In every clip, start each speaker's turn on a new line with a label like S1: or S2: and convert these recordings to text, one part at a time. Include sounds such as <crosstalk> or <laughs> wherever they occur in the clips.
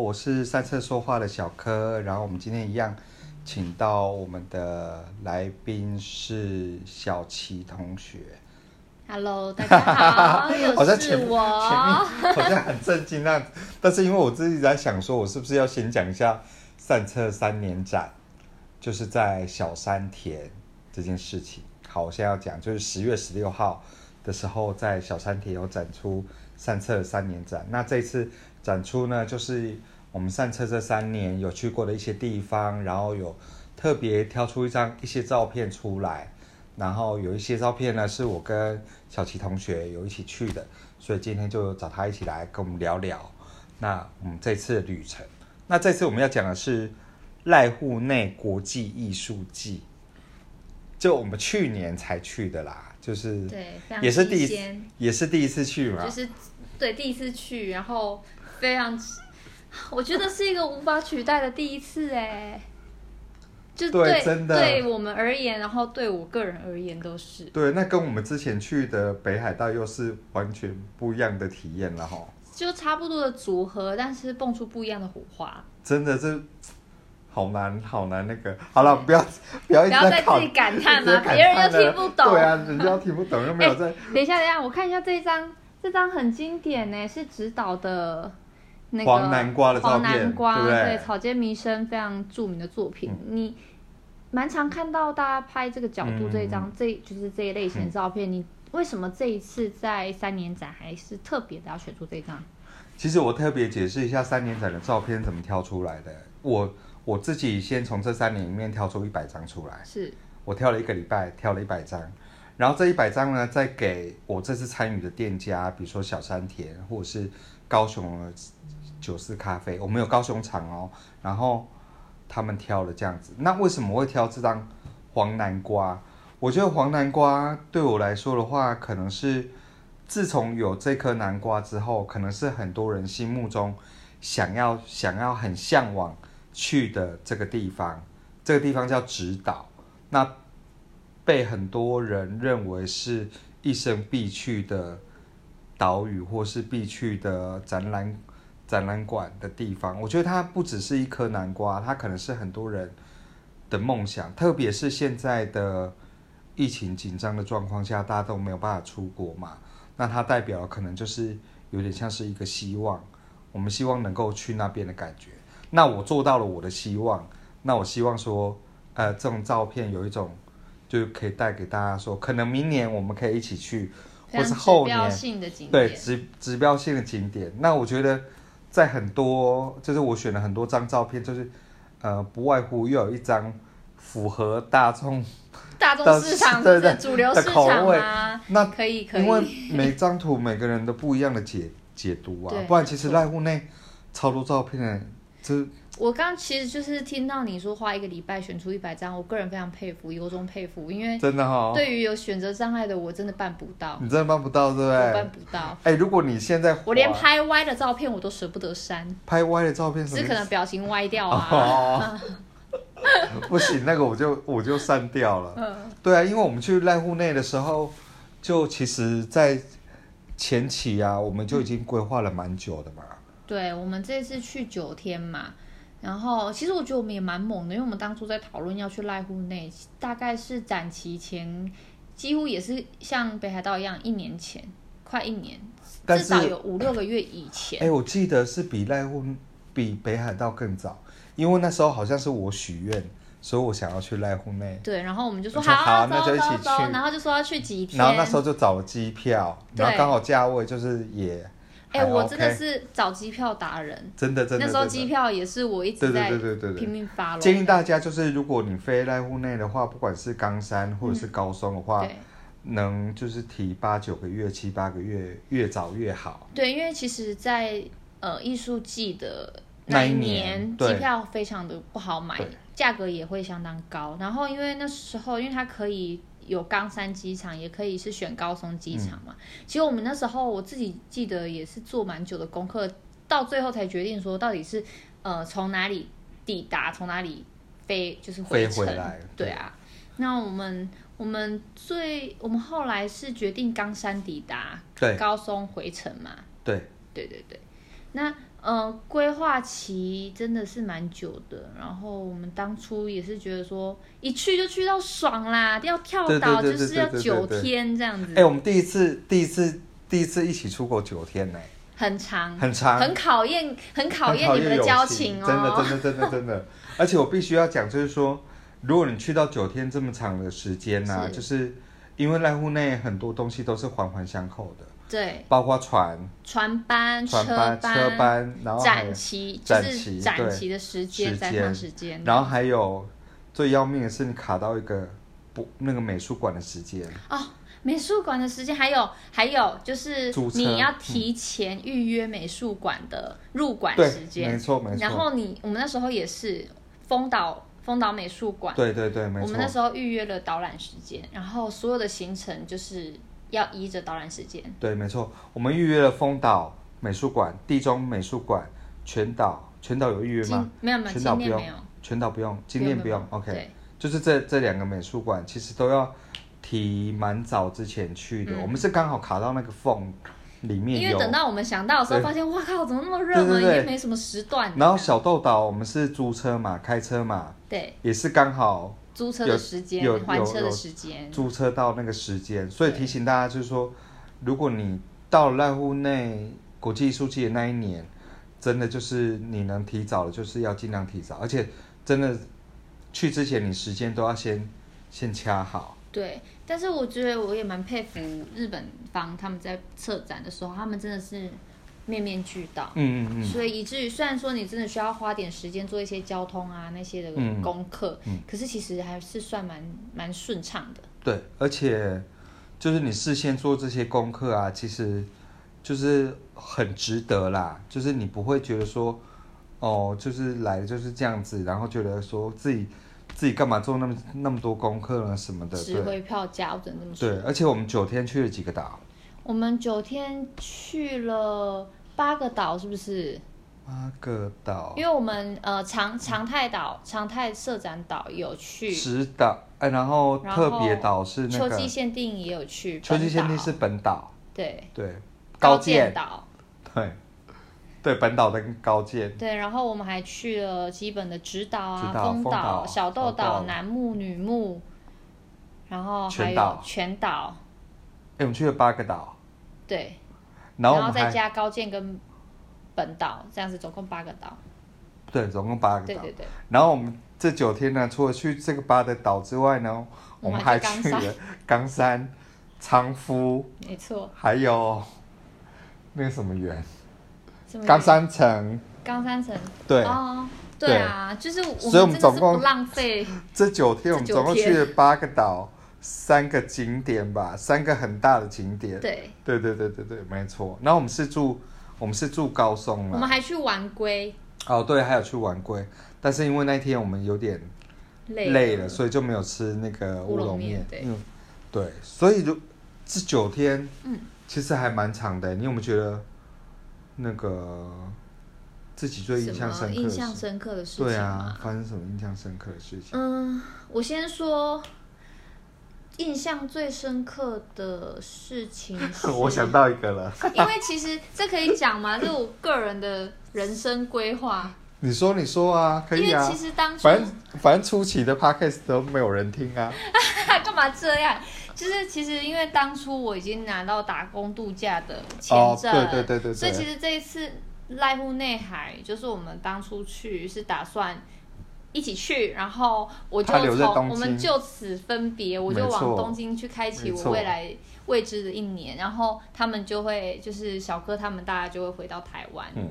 S1: 我是三色说话的小柯，然后我们今天一样请到我们的来宾是小齐同学。
S2: Hello，大家
S1: <laughs>
S2: 好，
S1: 好
S2: 又
S1: 像
S2: 是
S1: 哦前前
S2: 我。
S1: 面 <laughs> 好像很震惊那样子，但是因为我自己在想说，我是不是要先讲一下散策三年展，就是在小山田这件事情。好，我现在要讲，就是十月十六号的时候，在小山田有展出散策三年展。那这次展出呢，就是我们散策这三年有去过的一些地方，然后有特别挑出一张一些照片出来。然后有一些照片呢，是我跟小齐同学有一起去的，所以今天就找他一起来跟我们聊聊。那我们这次的旅程，那这次我们要讲的是濑户内国际艺术季，就我们去年才去的啦，就是
S2: 对非常
S1: 也是第一
S2: 新
S1: 次
S2: 鲜
S1: 也是第一次去嘛，
S2: 就是对第一次去，然后非常，我觉得是一个无法取代的第一次哎。就
S1: 对
S2: 对
S1: 真的
S2: 对我们而言，然后对我个人而言都是，
S1: 对，那跟我们之前去的北海道又是完全不一样的体验了哈，
S2: 就差不多的组合，但是蹦出不一样的火花。
S1: 真的是好难好难那个，好了，不要不要一直
S2: 不要
S1: 哎在
S2: 再
S1: 考
S2: 自己感
S1: <laughs>
S2: 叹
S1: 直接
S2: 了，
S1: 感
S2: 别
S1: 叹
S2: 人又
S1: 了
S2: 听不懂。哎
S1: 对啊，人家听不懂又没有在。
S2: 等一下，等一下，我看一下这一张，这张很经典呢，是指导的那个
S1: 黄南瓜的照片
S2: 黄南瓜
S1: 对不对
S2: 草间弥生非常著名的作品，你蛮常看到大家拍这个角度
S1: 嗯
S2: 这一张，这就是这一类型的照片。你为什么这一次在三年展还是特别的要选出这张？
S1: 其实我特别解释一下三年展的照片怎么挑出来的。我我自己先从这三年里面挑出一百张出来，
S2: 是
S1: 我挑了一个礼拜，挑了一百张，然后这一百张呢，再给我这次参与的店家，比如说小山田或者是高雄的九四咖啡，我们有高雄场哦，然后他们挑了这样子。那为什么会挑这张黄南瓜？我觉得黄南瓜对我来说的话，可能是自从有这颗南瓜之后，可能是很多人心目中想要想要很向往去的这个地方。这个地方叫直岛，那被很多人认为是一生必去的岛屿，或是必去的展览展览馆的地方。我觉得它不只是一颗南瓜，它可能是很多人的梦想，特别是现在的疫情紧张的状况下，大家都没有办法出国嘛，那它代表的可能就是有点像是一个希望，我们希望能够去那边的感觉。那我做到了我的希望，那我希望说，呃，这种照片有一种，就可以带给大家说，可能明年我们可以一起去，或
S2: 非
S1: 是
S2: 常
S1: 后
S2: 指
S1: 年
S2: 标性的景
S1: 对
S2: 点。
S1: 指指标性的景点。那我觉得在很多，就是我选了很多张照片，就是呃，不外乎又有一张符合大众。
S2: 大
S1: 到
S2: 众市场
S1: 对
S2: 就
S1: 对
S2: 是主流
S1: 的
S2: 市
S1: 口
S2: 场
S1: 味
S2: 啊，
S1: 那
S2: 可以可以
S1: 因。为每张图每个人都不一样的解解读啊
S2: 对，
S1: 不然其实
S2: 没错
S1: 濑户内超多照片的，这
S2: 我刚其实就是听到你说花一个礼拜选出一百张，我个人非常佩服，由衷佩服，因为
S1: 真的哈、
S2: 对于有选择障碍的我真的办不到，
S1: 你真的办不到，对不
S2: 我办
S1: 对？
S2: 不到，
S1: 哎、如果你现在
S2: 我连
S1: 滑
S2: 拍歪的照片我都舍不得删，
S1: 拍歪的照片什
S2: 只
S1: 么意
S2: 是
S1: 思，
S2: 可能表情歪掉 <laughs>
S1: <laughs> 哦，
S2: 啊。
S1: 不行，那个我就我就删掉了。
S2: 嗯，
S1: 对啊，因为我们去濑户内的时候，就其实，在前期啊，我们就已经规划了蛮久的嘛。
S2: 对，我们这次去九天嘛，然后其实我觉得我们也蛮猛的，因为我们当初在讨论要去濑户内，大概是展期前，几乎也是像北海道一样一年前，快一年，
S1: 但
S2: 至
S1: 是
S2: 少有五六个月以前。
S1: 哎、我记得是比濑户比北海道更早，因为那时候好像是我许愿，所以我想要去濑户内，
S2: 对，然后我们就说
S1: 我说
S2: 好啊，
S1: 好那就
S2: 走
S1: 一起
S2: 走走
S1: 去
S2: 然后就说要去几天。
S1: 然后那时候就找了机票，
S2: 对
S1: 然后刚好价位就是也
S2: 哎、
S1: 还 OK，
S2: 我真的是找机票达人，
S1: 真的真的
S2: 那时候
S1: 真的
S2: 机票也是我一
S1: 对对
S2: 直在
S1: 对对对对
S2: 拼命发了。
S1: 建议大家就是，如果你飞濑户内的话，不管是冈山或者是高松的话，
S2: 嗯对
S1: 能就是提八九个月、七八个月，越早越好。
S2: 对，因为其实在，呃艺术季的
S1: 那一
S2: 一
S1: 年
S2: 年，
S1: 对
S2: 机票非常的不好买
S1: 对，
S2: 价格也会相当高。然后因为那时候，因为它可以有冈山机场，也可以是选高松机
S1: 嗯
S2: 场嘛。其实我们那时候我自己记得也是做蛮久的功课，到最后才决定说到底是呃从哪里抵达，从哪里飞，就是
S1: 飞
S2: 程。
S1: 回来
S2: 对啊，那我们。我们最我们后来是决定冈山抵达，
S1: 对
S2: 高松回程嘛，
S1: 对，
S2: 对对对，那嗯，规划期真的是蛮久的。然后我们当初也是觉得说，一去就去到爽啦，要跳
S1: 对对
S2: 岛
S1: 对
S2: 就
S1: 对
S2: 是
S1: 对
S2: 要
S1: 对对
S2: 九
S1: 对
S2: 天这样子，
S1: 哎、我们第一次第一次第一次一起出国九天呢、
S2: 很长，
S1: 很长，
S2: 嗯很考验，很考验你们的
S1: 友
S2: 交
S1: 情
S2: 情哦。
S1: 真的，真的，真的，真的。而且我必须要讲，就是说，如果你去到九天这么长的时间呢、
S2: 是
S1: 就是因为濑户内很多东西都是环环相扣的，
S2: 对，
S1: 包括船、
S2: 船班、
S1: 船班、
S2: 班、
S1: 车班，然后还
S2: 展期，就
S1: 展
S2: 是
S1: 期
S2: 展
S1: 对
S2: 期的时间，
S1: 时
S2: 展
S1: 间
S2: 场时间。
S1: 然后还有最要命的是，你卡到一个不那个美术馆的时间，
S2: 哦，美术馆的时间还有还有就是
S1: 租车嗯
S2: 你要提前预约美术馆的入馆
S1: 对
S2: 时，间
S1: 没，错，没
S2: 然
S1: 错，
S2: 后你我们那时候也是丰岛丰岛美术馆，
S1: 对对对，没
S2: 我
S1: 错
S2: 们，那时候预约了导览时间，然后所有的行程就是要依着导览时间。
S1: 对，没错。我们预约了丰岛美术馆、地中美术馆、全岛，全岛有预约吗？
S2: 今没有没有，
S1: 全岛
S2: 今
S1: 不
S2: 年
S1: 用
S2: 没有，，
S1: 全岛不用，今天不用。
S2: 没有
S1: OK，
S2: 对
S1: 就是这这两个美术馆其实都要提蛮早之前去的，
S2: 嗯
S1: 我们是刚好卡到那个缝里面
S2: 因
S1: 有
S2: 为。等到我们想到的时候，
S1: 对
S2: 发现哇靠，怎么那么热
S1: 对
S2: 门，
S1: 对对
S2: 也没什么时段。
S1: 然后小豆岛我们是租车嘛，开车嘛，
S2: 对
S1: 也是刚好
S2: 租车的时间
S1: 有有、
S2: 还车的
S1: 有
S2: 时间，
S1: 租车到那个时间，所以
S2: 对
S1: 提醒大家就是说，如果你到了濑户内国际艺术季的那一年，真的就是你能提早的，就是要尽量提早，而且真的去之前你时间都要先先掐好。
S2: 对，但是我觉得我也蛮佩服日本方他们在策展的时候，他们真的是面面俱到，
S1: 嗯嗯嗯，
S2: 所以以至于虽然说你真的需要花点时间做一些交通啊那些的
S1: 嗯
S2: 功课，
S1: 嗯
S2: 可是其实还是算蛮蛮顺畅的。
S1: 对，而且就是你事先做这些功课啊，其实就是很值得啦，就是你不会觉得说，哦，就是来就是这样子，然后觉得说自己自己干嘛做那么那么多功课呢什么的，
S2: 值
S1: 嗯对
S2: 回票价，我只能这么说。
S1: 对，而且我们九天去了几个岛，
S2: 我们九天去了八个岛，是不是？
S1: 八个岛，
S2: 因为我们呃长长泰岛、长泰社展岛有去，
S1: 十岛，哎，然后
S2: 然
S1: 特别岛是那
S2: 秋季
S1: 个
S2: 限定也有去，
S1: 秋季
S2: 本
S1: 限定
S2: 岛
S1: 是本岛，
S2: 对
S1: 对，
S2: 高
S1: 见，
S2: 岛
S1: 对，对，本岛跟高见。
S2: 对，然后我们还去了基本的直岛啊、
S1: 直岛
S2: 丰
S1: 丰岛
S2: 小豆
S1: 小豆
S2: 岛、
S1: 岛
S2: 楠木、女木，然后还
S1: 全
S2: 有
S1: 岛
S2: 全岛，
S1: 哎、我们去了八个岛，
S2: 对，
S1: 然后我
S2: 后
S1: 们
S2: 再
S1: 还
S2: 加高见跟本岛，这样子总共八个岛。
S1: 对，总共八个
S2: 对
S1: 岛。
S2: 对对，
S1: 然后我们这九天呢，除了去这个八个岛之外呢，
S2: 我
S1: 我
S2: 们
S1: 们
S2: 还
S1: 还
S2: 去
S1: 去了冈山、仓敷，
S2: 没错。
S1: 还有那个什么园，
S2: 这么
S1: 冈
S2: 远
S1: 山城。
S2: 冈山城，
S1: 对，
S2: 哦，对啊，就是我
S1: 所以我
S2: 们
S1: 们
S2: 真的
S1: 总
S2: 是
S1: 共
S2: 不
S1: <laughs>
S2: 浪费，
S1: 这九天我们
S2: 这九
S1: 总共
S2: 天
S1: 去了八个岛，三个景点吧，三个很大的景点。
S2: 对，
S1: 对对对对对，没错。然后我们是住，我们是住高松
S2: 我
S1: 啦。
S2: 们还去玩龟，
S1: 哦，对，还有去晚归，但是因为那天我们有点
S2: 累
S1: 累了，所以就没有吃那个
S2: 乌
S1: 乌
S2: 龙
S1: 龙
S2: 面
S1: 面。
S2: 对
S1: 嗯，对，所以就这九天，
S2: 嗯，
S1: 其实还蛮长的。你有没有觉得那个自己最印
S2: 什
S1: 象
S2: 么
S1: 深刻
S2: 印
S1: 的
S2: 象
S1: 事？
S2: 深刻的事
S1: 对
S2: 情
S1: 啊
S2: 吗？，
S1: 发生什么印象深刻的事情？
S2: 嗯，我先说，印象最深刻的
S1: <laughs>
S2: 事情是，
S1: 我想到一个了，
S2: 因为其实这可以讲
S1: <laughs>
S2: 嘛，这我个人的人生规划，
S1: 你说你说啊，可以
S2: 因为
S1: 啊
S2: 其。实当初
S1: 反正反正初期的 podcast 都没有人听啊，
S2: <laughs> 干嘛这样？就是其实因为当初我已经拿到打工度假的签
S1: 哦
S2: 证，
S1: 对对对对对
S2: 所以其实这一次濑户内海就是我们当初去是打算。一起去，然后我就
S1: 他留在
S2: 从
S1: 东
S2: 我
S1: 京
S2: 们就此分别，我就
S1: 没
S2: 往
S1: 错
S2: 东京去开启
S1: 没
S2: 我
S1: 错
S2: 未来未知的一年，然后他们就会就是小哥他们大家就会回到台湾，
S1: 嗯，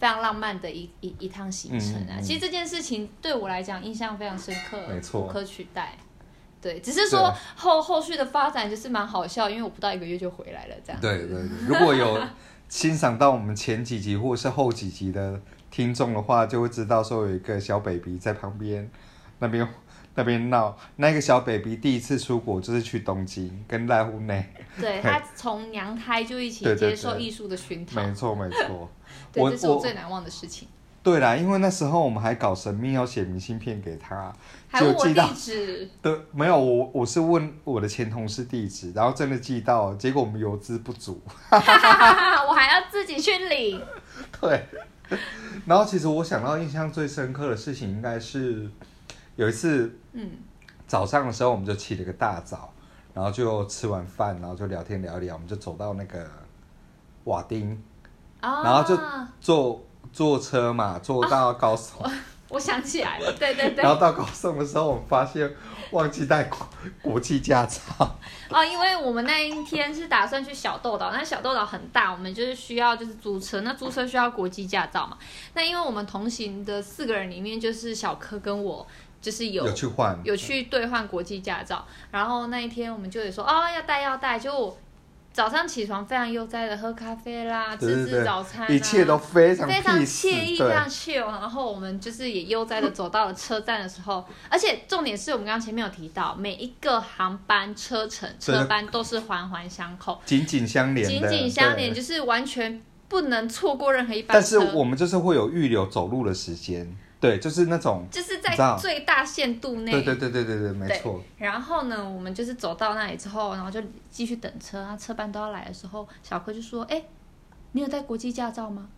S2: 非常浪漫的一一一趟行程
S1: 嗯
S2: 啊。
S1: 嗯嗯
S2: 其实这件事情对我来讲印象非常深刻，
S1: 没错
S2: 无可取代。对，只是说
S1: 对
S2: 后后续的发展就是蛮好笑，因为我不到一个月就回来了，这样。
S1: 对对对，如果有欣赏到我们前几集或是后几集的听众的话，就会知道说有一个小 baby 在旁边那边那边闹。那个小 baby 第一次出国就是去东京跟濑户
S2: <laughs>
S1: 内，
S2: 对他从娘胎就一起
S1: 对对
S2: 接受
S1: 对
S2: 艺术的熏陶，
S1: 没错没错。
S2: 对，
S1: 我
S2: 这是我
S1: 我
S2: 最难忘的事情。
S1: 对啦，因为那时候我们还搞神秘要写明信片给他，
S2: 还
S1: 就
S2: 问我
S1: 寄到
S2: 地址，
S1: <laughs>
S2: <laughs>
S1: 对，没有我我是问我的前同事地址，然后真的寄到，结果我们邮资不足。
S2: 哈哈哈哈我还要自己去领。
S1: 对。然后其实我想到印象最深刻的事情，应该是有一次
S2: 嗯，
S1: 早上的时候，我们就起了个大早，然后就吃完饭，然后就聊天聊一聊，我们就走到那个瓦丁，
S2: 啊，
S1: 然后就坐坐车嘛，坐到高速。
S2: 我想起来了，对哦对对
S1: 然，后到高送的时候，我们发现忘记带国国际驾照，
S2: 哦，因为我们那一天是打算去小豆岛，那小豆岛很大，我们就是需要就是租车，那租车需要国际驾照嘛。那因为我们同行的四个人里面，就是小柯跟我，就是有
S1: 有去换，
S2: 有去兑换国际驾照。然后那一天我们就也说哦要带要带，就我早上起床非常悠哉的喝咖啡啦，
S1: 对
S2: 吃
S1: 对对
S2: 自早餐、啊，
S1: 一切都非常
S2: 非常
S1: peace，
S2: 惬意，
S1: 对
S2: 非常 chill。然后我们就是也悠哉的走到了车站的时候，而且重点是我们刚刚前面有提到，每一个航班车程
S1: 真的
S2: 车班都是环环相扣，
S1: 紧紧相连
S2: 紧
S1: 的，
S2: 紧相
S1: 对
S2: 连，。就是完全不能错过任何一班
S1: 但是
S2: 车。
S1: 我们就是会有预留走路的时间，对，就是那种，
S2: 就是
S1: 你
S2: 在
S1: 知道
S2: 最大限度内，
S1: 对对对对对对，没
S2: 对
S1: 错，
S2: 然后呢，我们就是走到那里之后，然后就继续等车啊，车班都要来的时候，小柯就说：“哎，你有带国际驾照吗？”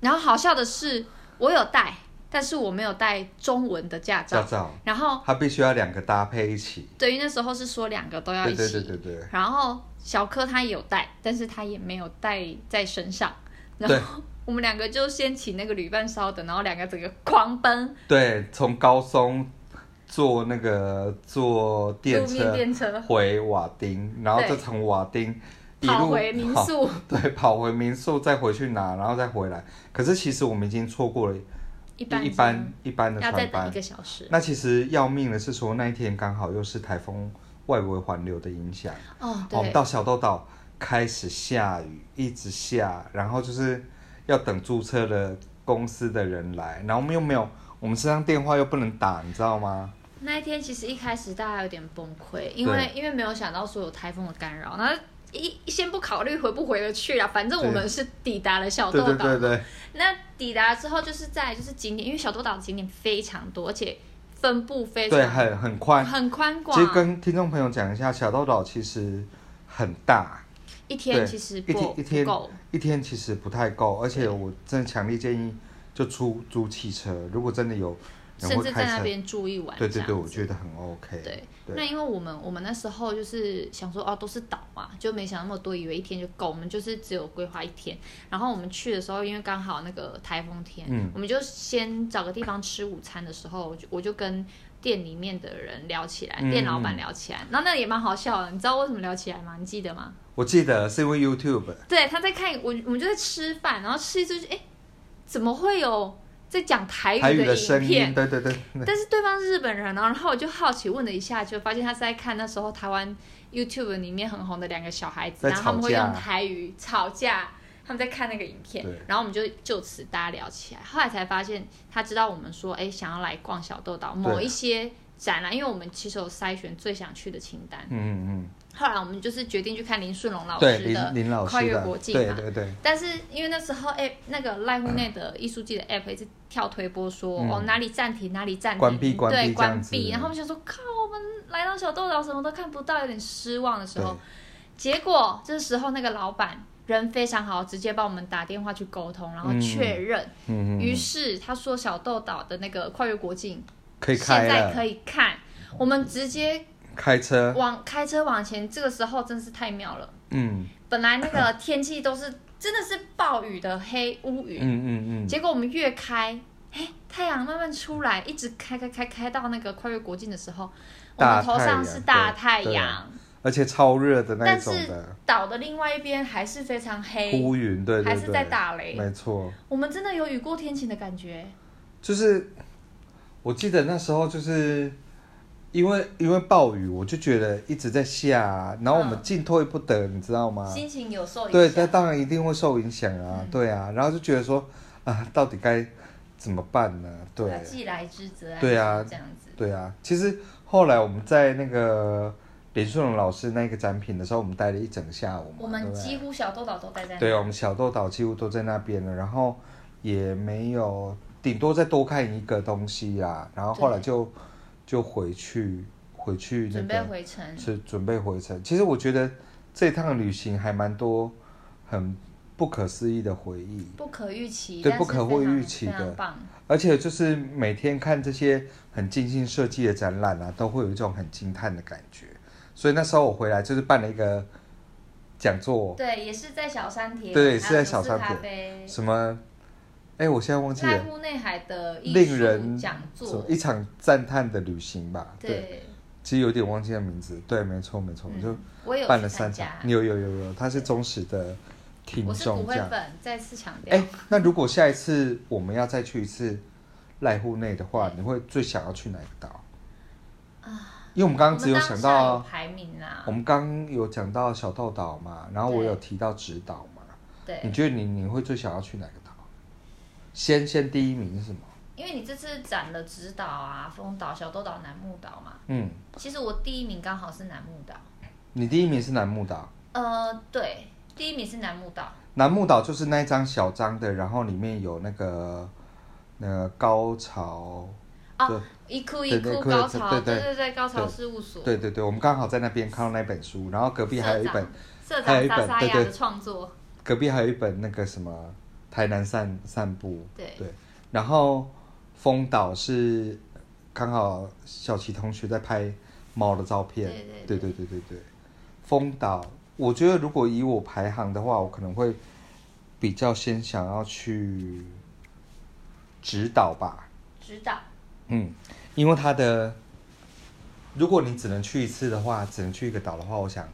S2: 然后好笑的是，我有带，但是我没有带中文的驾
S1: 驾
S2: 照。
S1: 照，
S2: 然后
S1: 它必须要两个搭配一起，
S2: 对于那时候是说两个都要一
S1: 对
S2: 起，
S1: 对对对对，
S2: 然后小柯他也有带，但是他也没有带在身上。
S1: 对
S2: 然后我们两个就先请那个旅伴稍等，然后两个整个狂奔
S1: 对，从高松坐那个坐电
S2: 路面
S1: 车
S2: 电车
S1: 回瓦丁，然后
S2: 对
S1: 再从瓦丁一
S2: 跑
S1: 路
S2: 回民
S1: 跑 <laughs>
S2: 宿。
S1: 对，跑回民宿再回去拿，然后再回来。可是其实我们已经错过了
S2: 一般
S1: 一般一般的
S2: 要再
S1: 船
S2: 等一
S1: 班。
S2: 个小时
S1: 那其实要命的是说，那一天刚好又是台风外围环流的影响，
S2: 哦，
S1: 我们
S2: 对，
S1: 到小豆岛开始下雨，一直下，然后就是要等注册的公司的人来，然后我们又没有，我们身上电话又不能打，你知道吗？
S2: 那一天其实一开始大家有点崩溃，因为因为没有想到说有台风的干扰，然后一先不考虑回不回得去啦，反正我们是抵达了小
S1: 对
S2: 豆
S1: 对
S2: 岛。
S1: 对对，
S2: 那抵达之后就是在就是景点，因为小豆岛的景点非常多，而且分布非
S1: 对，
S2: 常
S1: 很很宽。
S2: 很宽广
S1: 其实，跟听众朋友讲一下，小豆岛其实很大，
S2: 一
S1: 对
S2: 天其实
S1: 一天
S2: 不
S1: 一天
S2: 不够，
S1: 一天其实不太够，而且我真的强烈建议就出租汽车，如果真的有人
S2: 甚
S1: 会
S2: 至在
S1: 开
S2: 那
S1: 车，
S2: 边住一晚
S1: 对
S2: 这样子。
S1: 对对，我觉得很 OK。
S2: 对，
S1: 对
S2: 那因为我们我们那时候就是想说哦都是岛嘛，就没想那么多，以为一天就够，我们就是只有规划一天。然后我们去的时候，因为刚好那个台风天，
S1: 嗯
S2: 我们就先找个地方吃午餐的时候，我就我就跟店里面的人聊起来，
S1: 嗯
S2: 店老板聊起来，然后那也蛮好笑的。你知道为什么聊起来吗？你记得吗？
S1: 我记得是因为 YouTube，
S2: 对，他在看我，我们就在吃饭，然后吃一吃，哎，怎么会有在讲台
S1: 台语
S2: 的
S1: 的声
S2: 影片
S1: 音，？对对对，
S2: 但是对方是日本人哦，然后我就好奇问了一下，就发现他是在看那时候台湾 YouTube 里面很红的两个小孩子，
S1: 在
S2: 然后他们
S1: 吵
S2: 会
S1: 架
S2: 用台语吵架，他们在看那个影片
S1: 对，
S2: 然后我们就就此大家聊起来，后来才发现他知道我们说，哎，想要来逛小豆岛某
S1: 对
S2: 一些展览，因为我们其实有筛选最想去的清单，
S1: 嗯嗯
S2: 后来我们就是决定去看林顺龙
S1: 嗯，
S2: 老
S1: 对
S2: 师的
S1: 林林老
S2: 跨
S1: 师
S2: 越
S1: 的
S2: 国，际
S1: 对
S2: 嘛
S1: 对对，
S2: 但是因为那时候哎，那个赖户内的艺术季的 app 一直跳推播说、
S1: 嗯
S2: 哦哪里暂停哪里暂停，
S1: 关闭关闭
S2: 对
S1: 这样
S2: 关
S1: 子
S2: 闭，然后我们想说靠，我们来到小豆岛什么都看不到，有点失望的时
S1: 对
S2: 候，结果这时候那个老板人非常好，直接帮我们打电话去沟通，然后
S1: 嗯
S2: 确认，
S1: 嗯嗯
S2: 于
S1: 嗯，
S2: 是他说小豆岛的那个跨越国境
S1: 可以
S2: 现
S1: 开
S2: 在可
S1: 了，
S2: 以看，我们直接
S1: 开车，
S2: 往开车往前，这个时候真是太妙了。
S1: 嗯
S2: 本来
S1: <laughs>
S2: 那个天气都是真的是暴雨的黑乌
S1: 嗯
S2: 云，
S1: 嗯嗯，
S2: 结果我们越开，哎，太阳慢慢出来，一直开开开开到那个跨越国境的时候，我
S1: 大
S2: 们头上是大
S1: 太
S2: 太阳
S1: 阳，而且超热的那一
S2: 但
S1: 种
S2: 是
S1: 的
S2: 岛的另外一边还是非常黑，
S1: 乌云，对对
S2: 还是在
S1: 对，
S2: 打雷。
S1: 没错。
S2: 我们真的有雨过天晴的感觉，
S1: 就是我记得那时候就是因为因为暴雨，我就觉得一直在下、啊然后我们
S2: 嗯
S1: 进退不得，你知道吗？
S2: 心情有受
S1: 对，
S2: 影
S1: 那
S2: 响。
S1: 当然一定会受影响啊，
S2: 嗯
S1: 对啊，然后就觉得说啊，到底该怎么办呢？对，
S2: 既来之则安之，
S1: 对啊
S2: 这样子。
S1: 对啊，其实后来我们在那个林顺龙老师那个展品的时候，我们待了一整下午嘛，
S2: 我
S1: 对
S2: 们
S1: 不对
S2: 几乎小豆岛都待在那。
S1: 对，我们小豆岛几乎都在那边了，然后也没有，顶多再多看一个东西啦。然后后来
S2: 对
S1: 就就回去回去那
S2: 准备
S1: 个
S2: 回程。
S1: 是准备回程。其实我觉得这趟旅行还蛮多很不可思议的回忆。
S2: 不可预期，
S1: 对
S2: 但
S1: 不
S2: 是
S1: 可
S2: 非
S1: 会
S2: 常
S1: 预期
S2: 非常
S1: 的
S2: 棒，
S1: 而且就是每天看这些很精心设计的展览啊，都会有一种很惊叹的感觉。所以那时候我回来就是办了一个讲座，
S2: 对，也是在小山田，
S1: 对
S2: 还
S1: 是
S2: 有
S1: 在小
S2: 九四
S1: 山
S2: 咖
S1: 田
S2: 啡
S1: 什么，哎，我现在忘记
S2: 濑
S1: 了，
S2: 户内海的艺
S1: 令
S2: 术
S1: 人
S2: 讲
S1: 什么
S2: 座，
S1: 一场赞叹的旅行吧？对，
S2: 对，
S1: 其实有点忘记了名字。对，没错没错，我
S2: 嗯
S1: 就
S2: 我有
S1: 办
S2: 去
S1: 了三
S2: 参
S1: 场
S2: 加，，
S1: 有有有有，他是忠实的听
S2: 我是骨
S1: 众这
S2: 灰
S1: 样。
S2: 粉，再次强调
S1: 哎，，那如果下一次我们要再去一次濑户内的话，你会最想要去哪个岛？因为我们刚刚
S2: 我们
S1: 只有
S2: 当
S1: 想
S2: 下
S1: 到
S2: 有排名啊啦
S1: 啊我，们刚刚有讲到小啊豆岛嘛，然后我
S2: 对
S1: 有提到直岛嘛，你
S2: 对，
S1: 觉得你你会最想要去哪个岛？先先第一名是什么？
S2: 因为你这次展了直岛啊、丰岛、小豆岛、楠木岛嘛，
S1: 嗯，
S2: 其实我第一名刚好是楠木岛，
S1: 你第一名是楠木岛，
S2: 呃，对，第一名是楠木岛，
S1: 楠木岛就是那一张小张的，然后里面有那个那个高潮，
S2: 哦，一哭一
S1: 对对
S2: 哭
S1: 对
S2: 高潮，
S1: 对对
S2: 对对对，高潮事务所，
S1: 对对对，我们刚好在那边看到那本书，然后隔壁还有一本，
S2: 社
S1: 还有
S2: 长
S1: 一
S2: 莎
S1: 本
S2: 莎
S1: 对
S2: 雅
S1: 对
S2: 的创作，
S1: 隔壁还有一本那个什么台南散散步，
S2: 对
S1: 对，然后丰岛是刚好小齐同学在拍猫的照片，
S2: 对对
S1: 对对对对对丰岛，我觉得如果以我排行的话，我可能会比较先想要去直岛吧，
S2: 直岛，
S1: 嗯，因为它的，如果你只能去一次的话，只能去一个岛的话，我想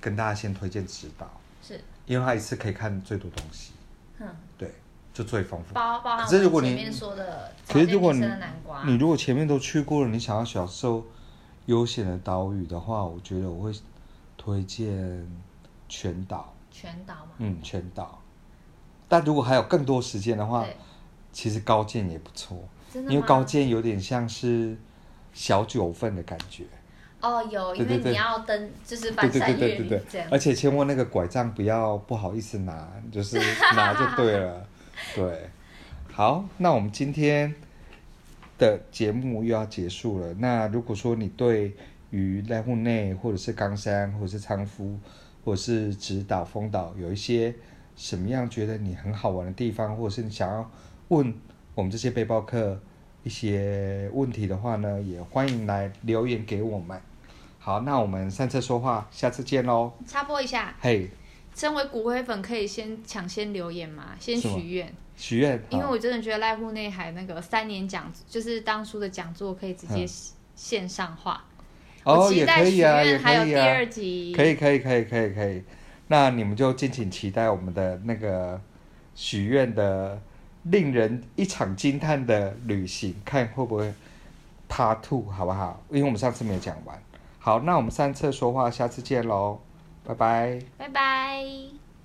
S1: 跟大家先推荐直岛，
S2: 是，
S1: 因为它一次可以看最多东西，
S2: 嗯，
S1: 对，就最丰富。
S2: 包包含
S1: 可是如
S2: 我
S1: 果
S2: 们前
S1: 你
S2: 面说的，
S1: 可是如果
S2: 你
S1: 你
S2: 的南瓜，
S1: 你如果前面都去过了，你想要享受悠闲的岛屿的话，我觉得我会推荐全岛，
S2: 全岛嘛，
S1: 嗯，全岛。但如果还有更多时间的话，
S2: 对，其
S1: 其实高见也不错，
S2: 真的
S1: 因为
S2: 吗
S1: 高见有点像是小九份的感觉。
S2: 哦，有，因
S1: 对
S2: 为
S1: 对对
S2: 你要登，就是
S1: 对
S2: 翻
S1: 对
S2: 山
S1: 对
S2: 越
S1: 对
S2: 岭
S1: 对哎
S2: 这
S1: 对
S2: 样，，
S1: 而且千万那个拐杖不要不好意思拿，就是
S2: <laughs>
S1: 拿就对了。对，好，那我们今天的节目又要结束了。那如果说你对于濑户内或者是冈山或者是仓敷或者是直岛丰岛有一些什么样觉得你很好玩的地方，或者是你想要问我们这些背包客一些问题的话呢，也欢迎来留言给我们。好，那我们上次说话，下次见喽。
S2: 插播一下，
S1: 嘿，
S2: 身为骨灰粉，可以先抢先留言吗？先
S1: 是吗
S2: 许愿，
S1: 许愿，
S2: 因为
S1: 好
S2: 我真的觉得濑户内海那个三年讲，就是当初的讲座可以直接
S1: 嗯
S2: 线上化。我
S1: 哦
S2: 期
S1: 也
S2: 待
S1: 可
S2: 许
S1: 以啊，也
S2: 愿还有
S1: 可以
S2: 第
S1: 啊
S2: 二，集，
S1: 可以可以可以可以可以，那你们就敬请期待我们的那个许愿的令人一场惊叹的旅行，看会不会 Part Two 好不好？因为我们上次没有讲完。好，那我们上次说话，下次见喽，拜拜。
S2: 拜拜。